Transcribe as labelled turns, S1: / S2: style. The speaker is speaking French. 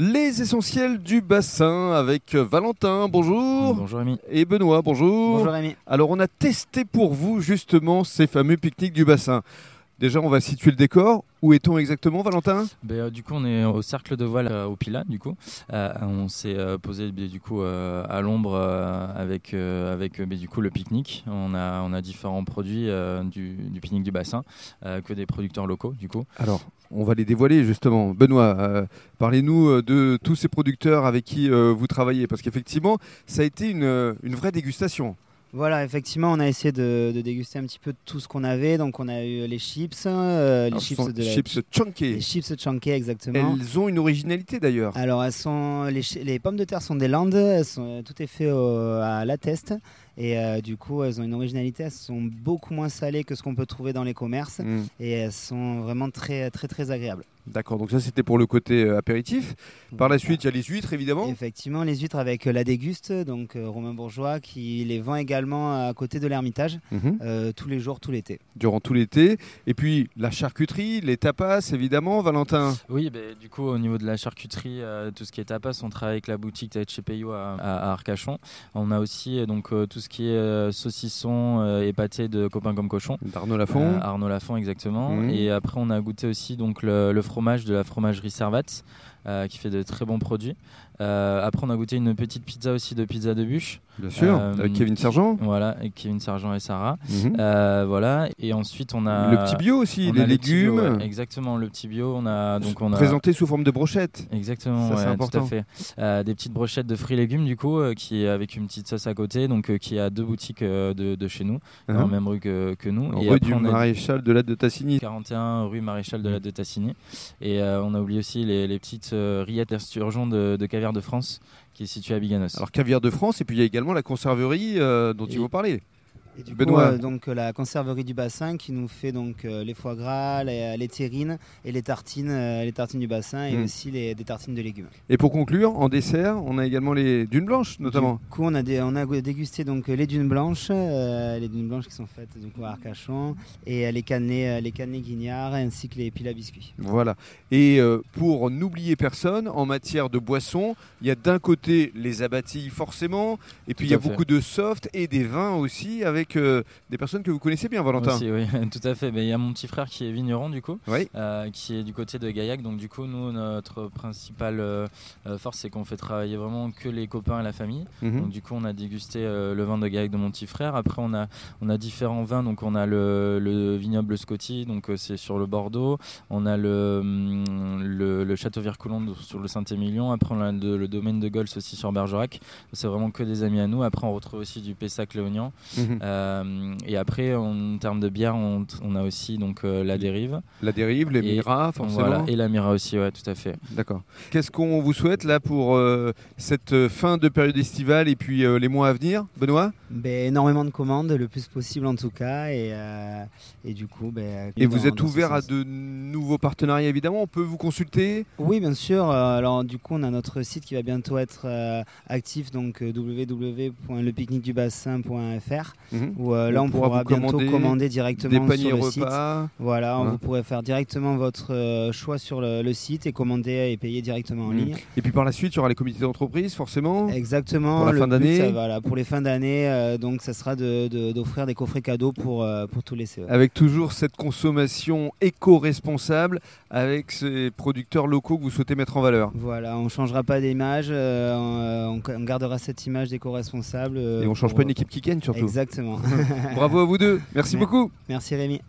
S1: Les essentiels du bassin avec euh, Valentin, bonjour.
S2: Bonjour Rémi.
S1: Et Benoît, bonjour.
S2: Rémi.
S1: Alors on a testé pour vous justement ces fameux pique-niques du bassin. Déjà on va situer le décor. Où est-on exactement Valentin
S2: Ben, euh, du coup, on est au cercle de voile euh, au Pilat. Du coup, Euh, on s'est euh, posé ben, du coup euh, à l'ombre euh, avec euh, avec euh, ben, du coup le pique-nique. On a on a différents produits euh, du, du pique-nique du bassin euh, que des producteurs locaux. Du coup,
S1: Alors on va les dévoiler justement. Benoît, euh, parlez-nous euh, de tous ces producteurs avec qui euh, vous travaillez. Parce qu'effectivement ça a été une, euh, une vraie dégustation.
S3: Voilà, effectivement, on a essayé de, de déguster un petit peu tout ce qu'on avait. Donc, on a eu les chips, euh, les
S1: Alors, ce
S3: chips
S1: sont
S3: de la-
S1: chips
S3: les
S1: chunky.
S3: chips chunky, exactement.
S1: Elles ont une originalité d'ailleurs.
S3: Alors, elles sont, les, chi- les pommes de terre sont des Landes, elles sont, euh, tout est fait au- à la test. Et euh, du coup, elles ont une originalité, elles sont beaucoup moins salées que ce qu'on peut trouver dans les commerces.
S1: Mm.
S3: Et elles sont vraiment très, très, très agréables.
S1: D'accord, donc ça c'était pour le côté euh, apéritif. Par la
S3: Voilà.
S1: suite, il y a les huîtres évidemment.
S3: Effectivement, les huîtres avec euh, la déguste, donc euh, Romain Bourgeois, qui les vend également à côté de l'Ermitage
S1: Mhm.
S3: euh, tous les jours, tout l'été.
S1: durant tout l'été. Et puis la charcuterie, les tapas, évidemment, Valentin.
S2: oui, ben, du coup, au niveau de la charcuterie, euh, tout ce qui est tapas, on travaille avec la boutique de chez Peyo à, à- à Arcachon. On a aussi euh, donc euh, tout ce qui est euh, saucisson euh, et pâté de copains comme cochon.
S1: D'Arnaud Lafont.
S2: Euh, Arnaud Lafont, exactement.
S1: Mhm.
S2: Et après, on a goûté aussi donc le, le fromage de la fromagerie Servat, euh, qui fait de très bons produits. Euh, après, on a goûté une petite pizza aussi de pizza de bûche.
S1: bien sûr,
S2: euh,
S1: avec Kevin Sergent.
S2: Voilà, et Kevin Sargent et Sarah.
S1: Mhm.
S2: Euh, voilà. Et ensuite, on a
S1: le petit bio aussi,
S2: Euh, on
S1: les
S2: a le petit bio,
S1: légumes.
S2: ouais, exactement, le petit bio. On a donc on a
S1: présentés sous forme de brochette.
S2: Exactement,
S1: Ça, c'est
S2: ouais,
S1: important.
S2: tout à fait. Euh, des petites brochettes de fruits et légumes, du coup, euh, qui est avec une petite sauce à côté, donc euh, qui a deux boutiques euh, de, de chez nous, dans la
S1: Hein
S2: même rue que, que nous.
S1: En
S2: Et
S1: rue
S2: après,
S1: du
S2: on a-
S1: Maréchal de la de Tassigny.
S2: 41 rue Maréchal
S1: Mm.
S2: de la de Tassigny. Et euh, on a oublié aussi les, les petites euh, rillettes d'Asturgeon de, de Caviar de France qui est située à Biganos.
S1: Alors caviar de France, et puis il y a également la conserverie euh, dont
S2: Et-
S1: ils vont parler.
S3: Et du
S1: Benoît.
S3: coup, euh, donc euh, la conserverie du bassin qui nous fait donc euh, les foie gras, les, les terrines et les tartines, euh, les tartines du bassin et
S1: Mm.
S3: aussi les, des tartines de légumes.
S1: Et pour conclure, en dessert, on a également les dunes blanches, notamment.
S3: Du coup, on a, dé- on a go- dégusté donc euh, les dunes blanches, euh, les dunes blanches qui sont faites du coup, à Arcachon et euh, les cannelés, euh, les cannelés guignards ainsi que les piles à biscuits.
S1: Voilà. Et euh, pour n'oublier personne, en matière de boissons, il y a d'un côté les abattis forcément, et puis
S2: Tout
S1: il y a
S2: à fait.
S1: beaucoup de soft et des vins aussi avec euh, des personnes que vous connaissez bien, Valentin.
S2: Aussi, oui, tout à fait. Ben, Il y a mon petit frère qui est vigneron, du coup,
S1: Oui.
S2: euh, qui est du côté de Gaillac. Donc, du coup, nous, notre principale euh, euh, force, c'est qu'on fait travailler vraiment que les copains et la famille.
S1: Mhm.
S2: Donc, du coup, on a dégusté euh, le vin de Gaillac de mon petit frère. Après, on a, on a différents vins. Donc, on a le, le vignoble Scotti, donc euh, c'est sur le Bordeaux. On a le, hum, le, le château Vircoulon sur le Saint-Émilion. Après, on a de- le domaine de Gaulle aussi sur Bergerac. C'est vraiment que des amis à nous. Après, on retrouve aussi du Pessac Léognan.
S1: Mhm.
S2: Euh, et après, en termes de bière, on, t- on a aussi donc euh, la dérive.
S1: La dérive, les
S2: Et-
S1: miras, forcément.
S2: Voilà. Et la Mira aussi, ouais, tout à fait.
S1: D'accord. Qu'est-ce qu'on vous souhaite là pour euh, cette euh, fin de période estivale et puis euh, les mois à venir, Benoît
S3: Ben, énormément de commandes, le plus possible en tout cas et, euh, et du coup. ben,
S1: Et
S3: dans-
S1: vous êtes
S3: dans ce
S1: ouvert à
S3: sens.
S1: de nouveaux partenariats, évidemment. On peut vous consulter.
S3: Oui, bien sûr. Euh, Alors, du coup, on a notre site qui va bientôt être euh, actif, donc euh, www.lepique-nique-du-bassin.fr,
S1: Mhm.
S3: où euh, là,
S1: On
S3: on
S1: pourra
S3: pourra
S1: vous
S3: bientôt
S1: commander
S3: commander, directement
S1: Des paniers
S3: sur le site.
S1: repas.
S3: Voilà, on
S1: Hein.
S3: vous pourrez faire directement votre euh, choix sur le, le site et commander et payer directement en
S1: Mhm.
S3: ligne.
S1: Et puis par la suite, il y aura les comités d'entreprise, forcément.
S3: Exactement.
S1: Pour la
S3: le
S1: fin
S3: but,
S1: d'année.
S3: ça- Voilà, pour les fins d'année, euh, donc ça sera de- de- d'offrir des coffrets cadeaux pour, euh, pour tous les CE.
S1: Avec toujours cette consommation éco-responsable, avec ces producteurs locaux que vous souhaitez mettre en valeur.
S3: Voilà, on changera pas d'image, euh, on, on gardera cette image d'éco-responsable. euh,
S1: Et on change
S3: pour-
S1: pas une équipe qui gagne, surtout.
S3: Exactement.
S1: Bravo à vous deux. Merci
S3: Mer-
S1: beaucoup.
S3: Merci Rémi.